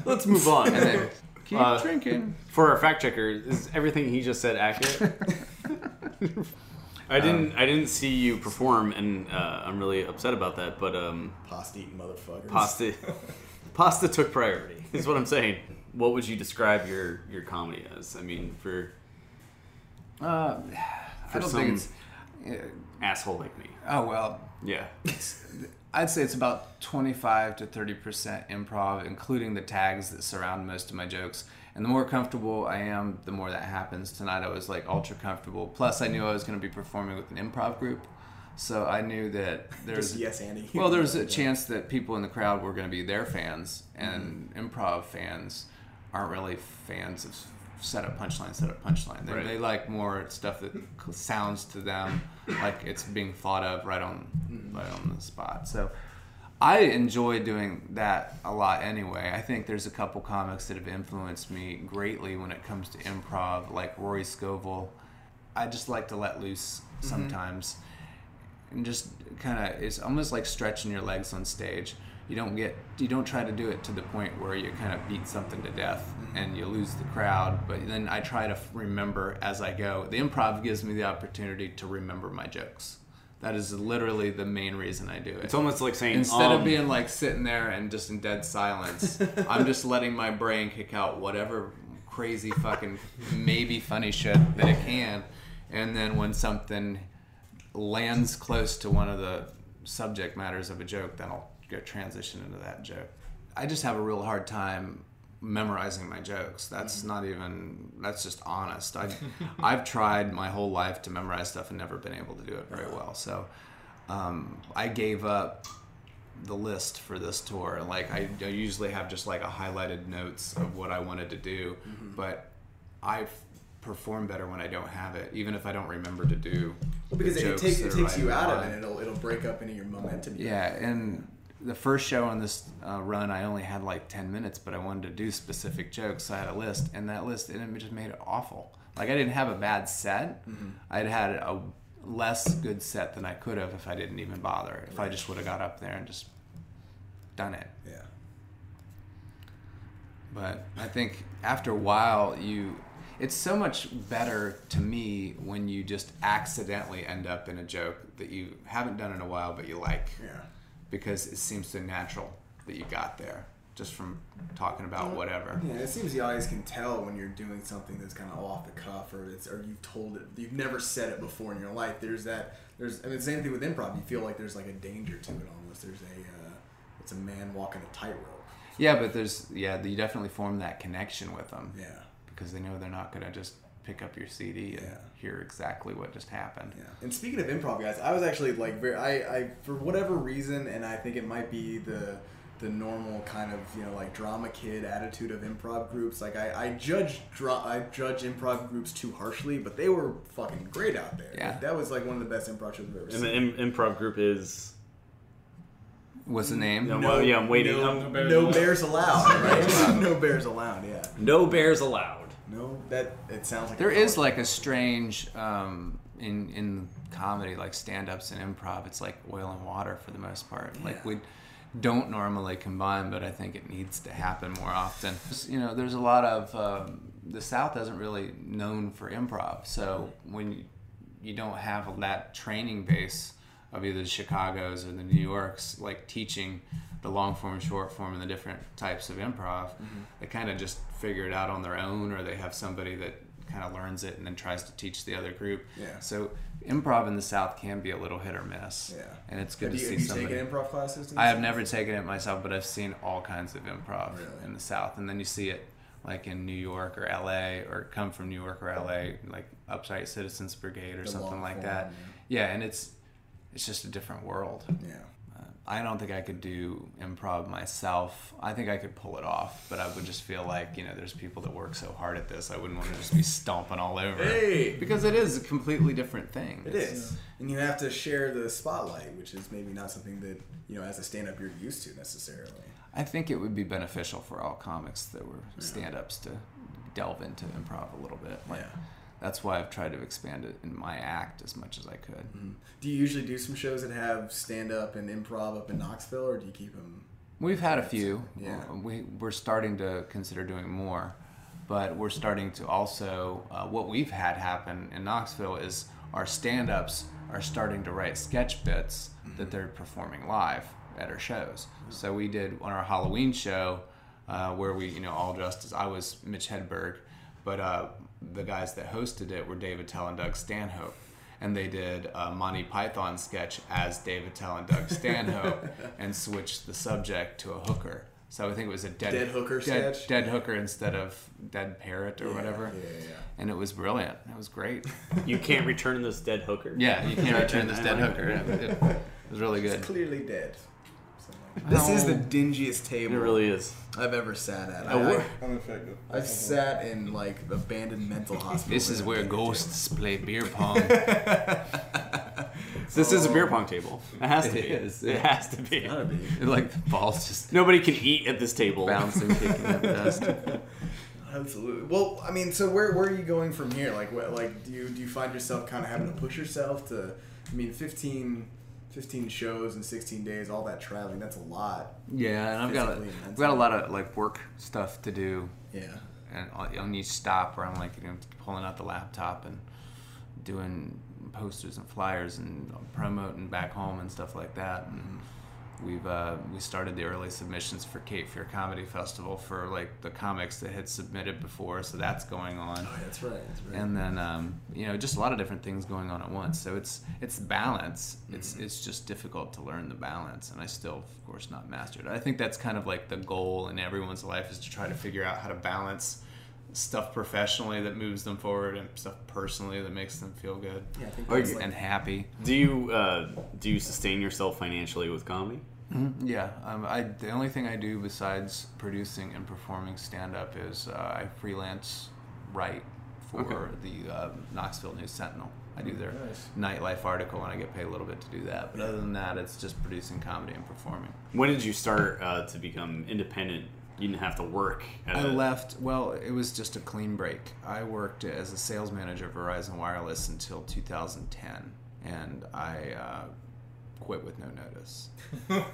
B: Let's move on.
A: and then keep
B: Uh,
A: drinking.
B: for our fact checker, is everything he just said accurate? I
A: Um,
B: didn't. I didn't see you perform, and uh, I'm really upset about that. But um,
C: Pasta eating motherfuckers.
B: pasta, pasta took priority. Is what I'm saying. What would you describe your your comedy as? I mean, for
A: Uh, I
B: For
A: don't
B: some-
A: think it's. uh,
B: Asshole like me.
A: Oh well,
B: Yeah.
A: I'd say it's about 25 to 30% improv, including the tags that surround most of my jokes. And the more comfortable I am, the more that happens. Tonight I was like ultra comfortable. Plus, I knew I was going to be performing with an improv group. So I knew that
C: Just
A: there's.
C: yes, Andy.
A: Well, there was a chance that people in the crowd were going to be their fans, and improv fans aren't really fans of set up punchline, set up punchline. They,
B: Right.
A: they like more stuff that sounds to them like it's being thought of right on right on the spot. So I enjoy doing that a lot anyway. I think there's a couple comics that have influenced me greatly when it comes to improv, like Rory Scovel. I just like to let loose sometimes and just kind of it's almost like stretching your legs on stage you don't get you don't try to do it to the point where you kind of beat something to death and you lose the crowd but then i try to f- remember as i go the improv gives me the opportunity to remember my jokes that is literally the main reason i do it
B: It's almost like saying
A: instead
B: um,
A: of being like sitting there and just in dead silence i'm just letting my brain kick out whatever crazy fucking maybe funny shit that it can and then when something lands close to one of the subject matters of a joke then i'll go transition into that joke i just have a real hard time memorizing my jokes that's
B: Mm-hmm.
A: not even that's just honest I, i've tried my whole life to memorize stuff and never been able to do it very well so um, I gave up the list for this tour. Like I, I usually have just like a highlighted notes of what I wanted to do,
C: Mm-hmm.
A: but I f- perform better when I don't have it, even if I don't remember to do.
C: Well, because
A: the
C: it, it
A: jokes
C: takes
A: that
C: it
A: are
C: takes
A: right
C: you
A: in
C: out of
A: line.
C: it. It'll it'll break up into your momentum.
A: Yeah, and the first show on this uh, run, I only had like ten minutes, but I wanted to do specific jokes, so I had a list, and that list and it just made it awful. Like I didn't have a bad set; I'd had a less good set than I could have if I didn't even bother. If I just would have got up there and just done it.
C: Yeah.
A: But I think after a while, you. It's so much better to me when you just accidentally end up in a joke that you haven't done in a while but you like
C: Yeah.
A: because it seems so natural that you got there just from talking about whatever.
C: Yeah, it seems the audience can tell when you're doing something that's kind of off the cuff, or it's or you've told it, you've never said it before in your life. There's that. There's I mean, same thing with improv. You feel like there's like a danger to it almost. There's a uh, it's a man walking a tightrope.
A: Yeah, but there's yeah, you definitely form that connection with them
C: Yeah,
A: because they know they're not gonna just pick up your CD and
C: Yeah.
A: hear exactly what just happened.
C: yeah. And speaking of improv, guys, I was actually like very I, I for whatever reason, and I think it might be the the normal kind of you know like drama kid attitude of improv groups. Like I, I judge dra- I judge improv groups too harshly, but they were fucking great out there.
A: Yeah.
C: that was like one of the best improv shows I've ever seen.
B: And the im- improv group is.
A: What's the name?
B: No. Well, yeah, I'm waiting. Um,
C: No,
B: I'm-
C: no bears,
D: bears allowed.
C: allowed, right? no bears allowed. Yeah.
B: No bears allowed.
C: No, that it sounds like
A: There
C: a
A: is
C: college-
A: like a strange um, in in comedy, like stand ups and improv. It's like oil and water for the most part. Like we don't normally combine, but I think it needs to happen more often. You know, there's a lot of um, the South isn't really known for improv, so when you, you don't have that training base of either the Chicago's or the New York's, like teaching the long form, short form, and the different types of improv.
C: Mm-hmm.
A: They kind of just figure it out on their own, or they have somebody that kind of learns it and then tries to teach the other group.
C: Yeah.
A: So improv in the South can be a little hit or miss.
C: Yeah.
A: And it's good to
C: have you,
A: see
C: have you
A: somebody.
C: taken improv classes?
A: I have never taken it myself, but I've seen all kinds of improv
C: Really?
A: in the South, and then you see it like in New York or LA, or come from New York or LA, like Upside Citizens Brigade or
C: The
A: something
C: long
A: like
C: form,
A: that. Yeah. and it's it's just a different world.
C: Yeah.
A: Uh, I don't think I could do improv myself. I think I could pull it off, but I would just feel like you know, there's people that work so hard at this. I wouldn't want to just be stomping all over
C: Hey.
A: because it is a completely different thing.
C: It is, and you have to share the spotlight, which is maybe not something that you know as a stand-up you're used to necessarily.
A: I think it would be beneficial for all comics that were stand ups to delve into improv a little bit. Like,
C: Yeah.
A: That's why I've tried to expand it in my act as much as I could.
C: Do you usually do some shows that have stand-up and improv up in Knoxville, or do you keep them?
A: We've had a few.
C: Yeah.
A: We, we're starting to consider doing more, but we're starting to also, uh, what we've had happen in Knoxville is our stand ups are starting to write sketch bits
C: Mm-hmm.
A: that they're performing live at our shows. So we did on our Halloween show uh, where we, you know, all dressed as I was Mitch Hedberg. But uh, the guys that hosted it were David Tell and Doug Stanhope. And they did a Monty Python sketch as David Tell and Doug Stanhope and switched the subject to a hooker. So I think it was a dead,
C: Dead hooker
A: dead,
C: sketch?
A: dead hooker instead of dead parrot or
C: Yeah,
A: whatever.
C: yeah, yeah.
A: And it was brilliant. It was great.
B: You can't return this dead hooker.
A: Yeah, you can't return this
B: I
A: dead
B: like
A: hooker. It, it was really good.
C: It's clearly dead. This is the dingiest
B: It
C: table
B: really is.
C: I've ever sat at.
A: Oh,
C: I, I,
A: we're-
D: Unaffected.
C: I've sat in like abandoned mental hospitals.
A: This is
C: and
A: where
C: dingy
A: ghosts play beer pong.
B: This is a beer pong table. It has to
A: It
B: be.
A: is.
B: It has to be.
C: tables. Gotta be.
A: like the balls just
B: Nobody can eat at this table.
A: bouncing, kicking up dust.
C: Absolutely. Well, I mean, so where, where are you going from here? Like, what, like do you do you find yourself kind of having to push yourself to? I mean, 15, 15 shows in sixteen days, all that traveling. That's a lot.
A: Yeah, and I've got a,
C: Physically
A: I've
C: intense.
A: got a lot of like work stuff to do,
C: Yeah.
A: and on on each stop where I'm like you know, pulling out the laptop and doing posters and flyers and promoting back home and stuff like that. And we've uh, we started the early submissions for Cape Fear Comedy Festival for like the comics that had submitted before, so that's going on.
C: Oh, That's right. That's right.
A: and then um, you know just a lot of different things going on at once so it's it's balance it's
C: Mm-hmm.
A: it's just difficult to learn the balance and i still of course not mastered i think that's kind of like the goal in everyone's life is to try to figure out how to balance stuff professionally that moves them forward and stuff personally that makes them feel good
C: yeah, I think
B: Or
C: that's
B: you-
C: like,
A: and happy
B: Do you uh, do you sustain yourself financially with comedy?
A: yeah um, I, the only thing i do besides producing and performing stand-up is uh, i freelance write for the uh, knoxville news sentinel i do their
D: Nice.
A: nightlife article and I get paid a little bit to do that. But other than that, it's just producing comedy and performing.
B: When did you start uh, to become independent? You didn't have to work. At
A: I
B: a-
A: left, well, it was just a clean break. I worked as a sales manager at Verizon Wireless until 2010, and I uh, quit with no notice.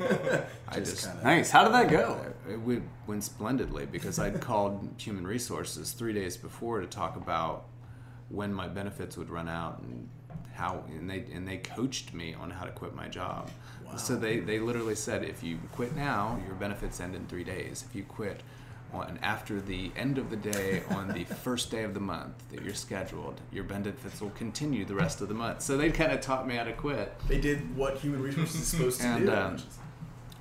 A: I
C: Just
A: just.
C: kinda-
B: Nice. How did that go?
A: Uh, It would, went splendidly because I'd called Human Resources three days before to talk about when my benefits would run out and how and they and they coached me on how to quit my job. So they they literally said if you quit now, your benefits end in 3 days. If you quit on after the end of the day on the first day of the month that you're scheduled, your benefits will continue the rest of the month. So they kind of taught me how to quit.
C: they did what human resources is supposed to
A: And,
C: do.
A: um,
C: which is-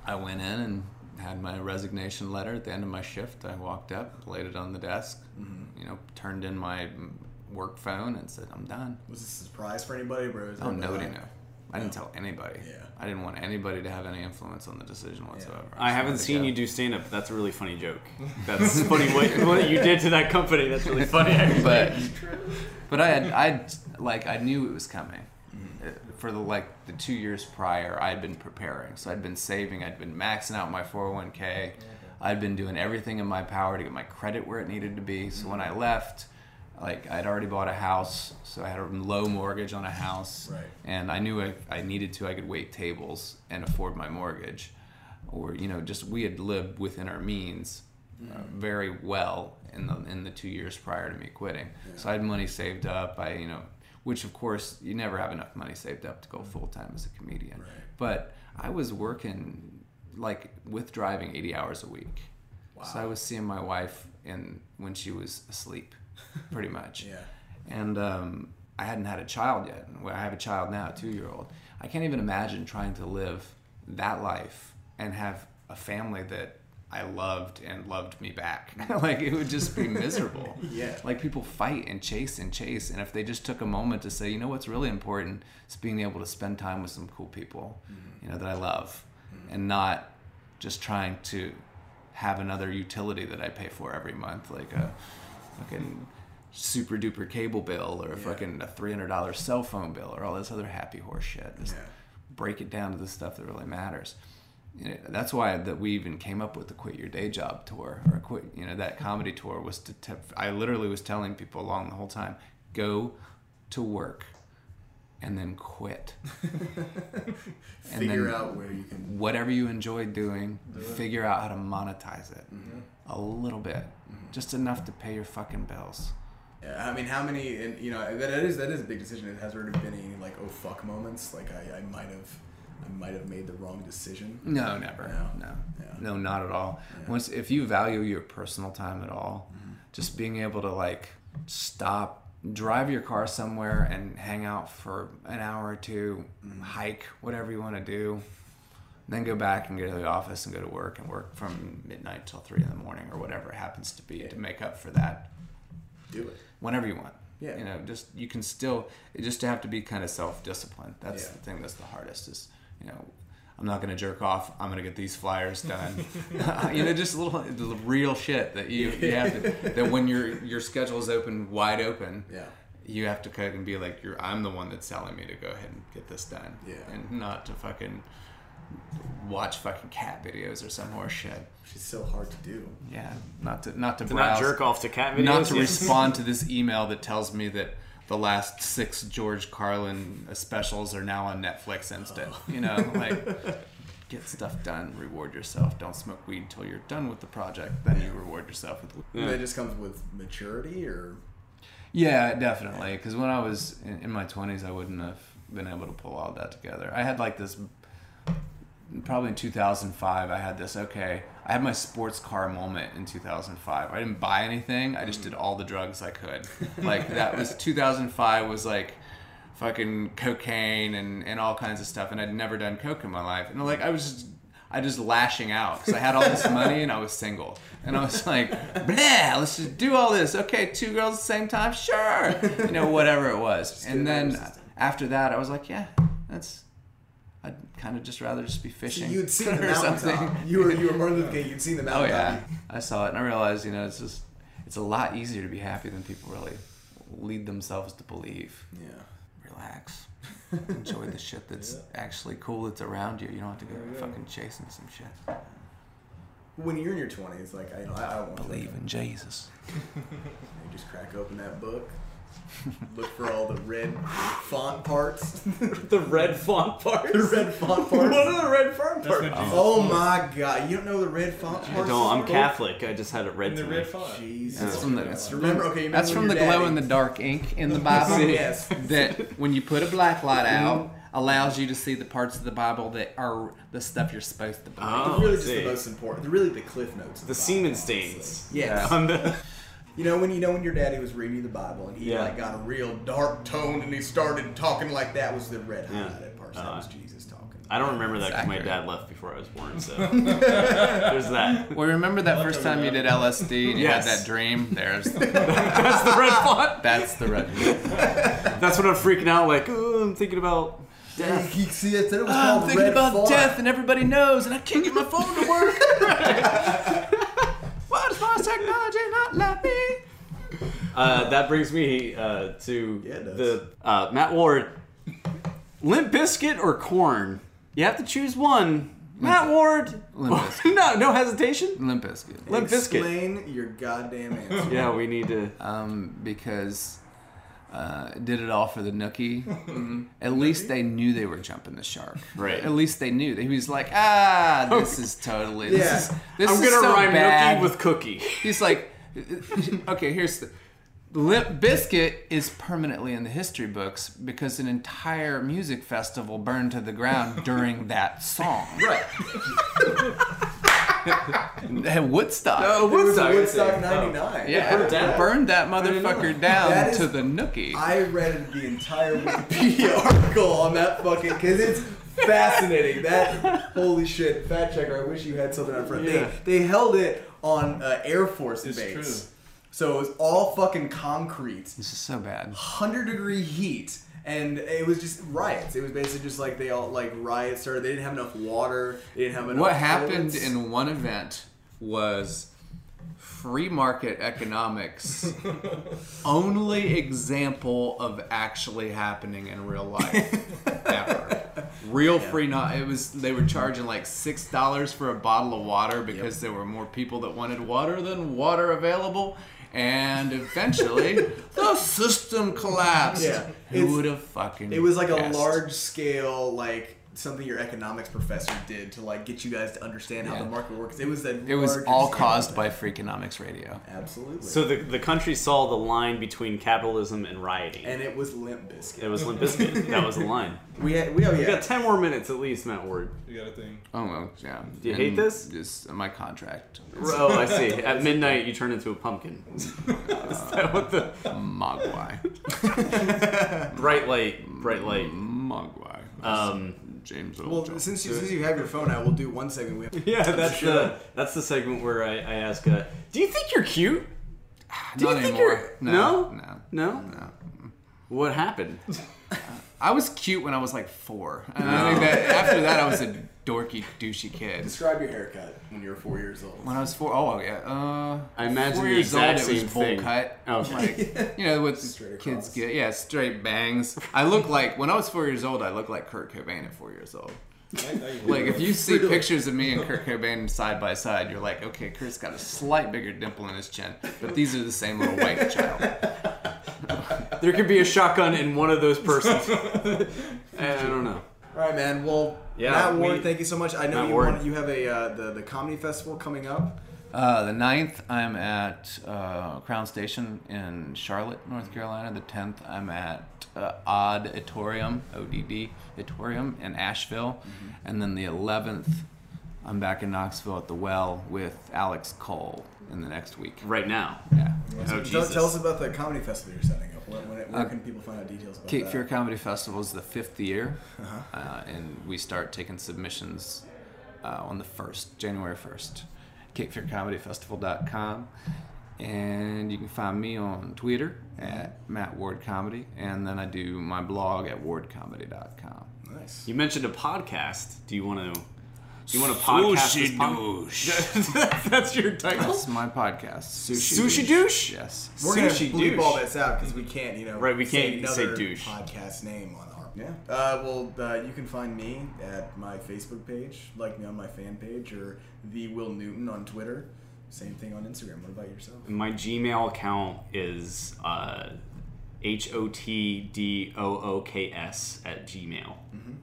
A: I went in and had my resignation letter at the end of my shift. I walked up, laid it on the desk,
C: Mm-hmm.
A: you know, turned in my mm, work phone and said, I'm done.
C: was this a surprise for anybody, bro? Is
A: Oh,
C: everybody
A: nobody
C: like-
A: knew. I didn't tell anybody.
C: Yeah.
A: I didn't want anybody to have any influence on the decision whatsoever.
B: I haven't
A: just let it
B: seen
A: go.
B: you do stand up. That's a really funny joke. That's funny what, what you did to that company. That's really funny. actually.
A: but but I had I had, like I knew it was coming. Uh, For the like the two years prior, I had been preparing, so I'd been saving, I'd been maxing out my 401k, I'd been doing everything in my power to get my credit where it needed to be. So when I left, like I'd already bought a house, so I had a low mortgage on a house,
C: Right.
A: and I knew if I needed to, I could wait tables and afford my mortgage, or you know, just we had lived within our means uh,
C: Mm.
A: very well in the in the two years prior to me quitting. So I had money saved up. I you know, which of course you never have enough money saved up to go full time as a comedian.
C: Mm. Right.
A: But I was working like with driving eighty hours a week. So I was seeing my wife in when she was asleep, pretty much
C: Yeah.
A: and um, I hadn't had a child yet. Well, I have a child now, a two-year-old. I can't even imagine trying to live that life and have a family that I loved and loved me back. like it would just be miserable.
C: Yeah.
A: Like people fight and chase and chase, and if they just took a moment to say, you know, what's really important is being able to spend time with some cool people, you know, that I love, and not just trying to have another utility that I pay for every month, like a fucking super duper cable bill or a fucking a three hundred dollar cell phone bill or all this other happy horse shit. Just
C: Yeah.
A: break it down to the stuff that really matters. You know, that's why that we even came up with the quit your day job tour or quit you know that comedy tour was to te- I literally was telling people along the whole time go to work and then quit And
C: Figure
A: then-
C: out where you can.
A: whatever you enjoy doing, figure out how to monetize it
C: Mm-hmm.
A: a little bit, just enough to pay your fucking bills.
C: Yeah, I mean, how many? And you know, that that is that is a big decision. Has there been any like oh fuck moments? Like I, I might have, I might have made the wrong decision.
A: No, never.
C: No.
A: No, no,
C: Yeah. Mm-hmm.
A: not at all. Once, if you value your personal time at all, just being able to like stop, drive your car somewhere and hang out for an hour or two,
C: Mm-hmm.
A: hike, whatever you want to do, then go back and go to the office and go to work and work from midnight till three in the morning or whatever it happens to be to make up for that
C: Do it.
A: whenever you want.
C: Yeah.
A: You know, just you can still it just have to be kind of self disciplined. That's
C: Yeah.
A: the thing that's the hardest is, you know, I'm not gonna jerk off, I'm gonna get these flyers done. you know, just little the real shit that you, you have to that when your your schedule is open wide open,
C: Yeah.
A: you have to cut and be like you're I'm the one that's telling me to go ahead and get this done.
C: Yeah.
A: And not to fucking watch fucking cat videos or some horse shit.
C: Which is so hard to do.
A: Yeah. Not to not to,
B: To
A: browse
B: not jerk off to cat videos.
A: not to
B: yeah.
A: respond to this email that tells me that the last six George Carlin specials are now on Netflix instant. You know, like get stuff done, reward yourself. Don't smoke weed till you're done with the project. Then you reward yourself with weed.
C: That just comes with maturity or
A: Yeah, definitely. Because when I was in, in my 20s, I wouldn't have been able to pull all that together. I had like this, probably in 2005, I had this, okay, I had my sports car moment in 2005. I didn't buy anything,
C: Mm.
A: I just did all the drugs I could. Like, that was 2005 was like, fucking cocaine and, and all kinds of stuff and I'd never done coke in my life and like I was just I just lashing out because I had all this money and I was single and I was like blah let's just do all this okay two girls at the same time sure you know whatever it was and
C: get it out of
A: then
C: your system.
A: after that I was like yeah that's I'd kind of just rather just be fishing
C: you'd seen the
A: or something
C: mountaintop. You were you were Martin Luther King. You'd seen the
A: oh
C: mountaintop.
A: yeah I saw it and I realized you know it's just it's a lot easier to be happy than people really lead themselves to believe
C: Yeah.
A: relax. Enjoy the shit that's actually cool that's around you. You don't have to go
D: Yeah, yeah.
A: fucking chasing some shit.
C: When you're in your 20s, like I, I don't want to
A: Believe in Jesus.
C: You just crack open that book. Look for all the red font parts. the
B: the red font parts.
C: red
B: What
C: font parts.
B: are the red font
D: That's
B: parts?
D: what Jesus
C: Oh
D: was.
C: my god, you don't know the red font parts? Oh,
B: I don't. I'm Catholic. I just had it read
D: And the
B: to me.
D: red font.
C: Jesus.
A: That's from the, that's from,
C: remember, okay, remember
A: that's
C: when
A: from the
C: your
A: glow
C: daddy-
A: in the dark ink in the Bible.
C: Yes. Mm-hmm.
A: That when you put a black light out, allows you to see the parts of the Bible that are the stuff you're supposed to believe.
B: Oh,
C: really
B: really
C: just the most important. Really the cliff notes. of
B: the
C: Bible.
B: semen stains.
C: Yes.
B: On the-
C: You know when you know when your daddy was reading you the Bible and he
B: Yeah.
C: like got a real dark tone and he started talking like that was the red
B: Yeah. Uh-huh.
C: highlighted parts. That was Jesus talking.
B: I don't remember that because my
A: Accurate.
B: dad left before I was born. So there's that.
A: Well, remember that first time you did LSD and you had
B: Yes.
A: that dream? There's
B: That's the red font.
A: that's the red.
B: That's when I'm freaking out. Like, oh, I'm thinking about death.
C: He, he- see, that's- that was
A: I'm
C: called
A: thinking
C: Oh, red
A: about
C: font.
A: death, and everybody knows, and I can't get my phone to work. Why does my technology not let me?
B: Uh, that brings me uh, to
C: Yeah, it does.
B: the uh, Matt Ward. Limp biscuit or corn? You have to choose one. Matt Ward.
A: Limp Bizkit.
B: no, no hesitation.
A: Limp Bizkit.
B: Limp biscuit.
C: Explain your goddamn answer.
B: Yeah, we need to.
A: Um, because uh, did it all for the nookie. At least they knew they were jumping the shark.
B: Right.
A: At least they knew. He was like, ah, this is totally. This
C: Yeah.
A: is this
B: I'm
A: is
B: gonna
A: so
B: rhyme
A: bad.
B: nookie with cookie.
A: He's like, okay, here's the. Limp Biscuit is permanently in the history books because an entire music festival burned to the ground during that song.
C: Right.
A: At Woodstock.
B: Oh,
C: It was
B: Woodstock.
C: Woodstock
B: Oh.
C: '99.
A: yeah,
B: burned that-
A: burned that motherfucker down
C: That is-
A: to the nookie.
C: I read the entire Wikipedia article on that fucking because it's fascinating. That holy shit, fact checker. I wish you had something on front.
B: Yeah.
C: They they held it on uh, Air Force
D: It's
C: Base,
D: true.
C: so it was all fucking concrete,
A: this is so bad.
C: hundred degree heat. And it was just riots. It was basically just like they all like riots started. They didn't have enough water. They didn't have enough.
A: What happened
C: toilets.
A: in one event was free market economics only example of actually happening in real life ever. Real free not it was they were charging like six dollars for a bottle of water because there were more people that wanted water than water available. And eventually, the system collapsed.
C: Yeah.
A: Who
C: It's-
A: would have fucking?
C: It was like a
A: guessed?
C: large scale like something your economics professor did to like get you guys to understand how
A: Yeah.
C: the market works. It was that
A: It was all caused by Freakonomics Radio.
C: absolutely.
B: So the, the country saw the line between capitalism and rioting.
C: and it was limp biscuit.
B: it was Limp Bizkit. that was the line.
C: We had we oh
B: We got
C: yeah.
B: 10 more minutes at least, Matt Ward.
D: You got a thing.
A: Oh well, yeah.
B: Do you hate this?
A: Just my contract.
B: Oh, I see. At midnight, you turn into a pumpkin. Is that what the
A: Mogwai.
B: bright light, bright light?
A: Mogwai.
B: Um,
A: James Earl
C: Well,
A: Jones.
C: since you, since you have your phone, I will do one segment. We have.
B: Yeah, that's
C: Sure.
B: the that's the segment where I, I ask, uh, do you think you're cute? Do
A: Not
B: you think
A: anymore.
B: you're
A: No,
B: no,
A: no,
B: no? What happened?
A: I was cute when I was like four. And I think that after that, I was a dorky, douchey kid.
C: Describe your haircut when you were four years old.
A: When I was four, oh yeah, uh,
B: I imagine
A: four
B: the
A: years
B: exact
A: old, it was
B: same
A: bowl
B: thing. Oh,
A: cut.
B: Okay.
A: Like, you know what
C: Straight
A: kids
C: across.
A: get? Yeah, straight bangs. I look like when I was four years old, I looked like Kurt Cobain at four years old. Like if you see
C: Really?
A: pictures of me and Kurt Cobain side by side, you're like, okay, Kurt's got a slight bigger dimple in his chin, but these are the same little white child.
B: There could be a shotgun in one of those persons. I don't know.
C: All right, man. Well,
B: Yeah,
C: Matt Ward,
B: we-
C: thank you so much. I know
B: Matt
C: you
B: Ward. Oh,
C: want, you have a uh, the the comedy festival coming up.
A: Uh, the 9th, I'm at uh, Crown Station in Charlotte, North Carolina. The tenth, I'm at uh, Odd Auditorium, ODD Auditorium in Asheville, and then the eleventh, I'm back in Knoxville at the Well with Alex Cole in the next week.
B: Right now.
A: Yeah.
B: Oh,
C: Tell-
B: Jesus.
C: Tell us about the comedy festival you're setting up. When, when, where
A: Uh,
C: can people find out details about
A: Cape
C: that?
A: Fear Comedy Festival is the fifth year, uh, and we start taking submissions uh, on the first, January first. CapeFearComedyFestival.com, and you can find me on Twitter at Matt Ward Comedy, and then I do my blog at WardComedy.com.
C: Nice.
B: You mentioned a podcast. Do you want to? Do you want to podcast? this pod- That's your title.
A: That's my podcast. Sushi,
B: Sushi douche.
A: Yes.
C: We're gonna
B: Sushi
C: bleep
B: douche.
C: all this out because we can't, you know,
B: Right, we
C: say
B: can't say
C: another
B: douche.
C: podcast name on our. Yeah. Uh, well, uh, you can find me at my Facebook page, like me on my fan page, or the Will Newton on Twitter. Same thing on Instagram. What about yourself?
B: My Gmail account is uh, h o t d o o k s at Gmail.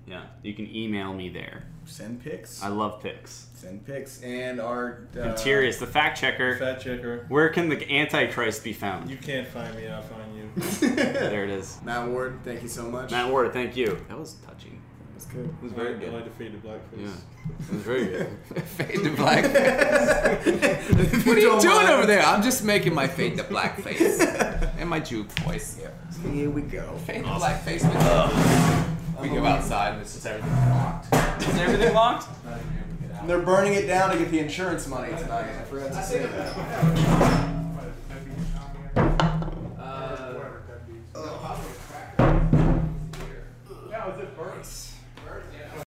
B: Yeah, you can email me there.
C: Send pics.
B: I love pics.
C: Send pics and our uh,
B: And Tyrius, the fact checker.
D: Fat checker.
B: Where can the Antichrist be found?
D: You can't find me. I'll find you.
B: There it is.
C: Matt Ward, thank you so much.
B: Matt Ward, thank you. That was touching.
C: That's good.
B: It was
D: I,
B: very
D: I like
B: good.
D: to fade to blackface.
B: Yeah, it was very good.
A: Fade to black. what are you
C: Don't
A: doing
C: mind.
A: over there? I'm just making my fade to black face and my Jew voice.
C: Here we go.
A: Fade to black face. with- We go outside and it's just everything locked.
B: Is everything locked?
C: They're burning it down to get the insurance money tonight. I forgot to say that.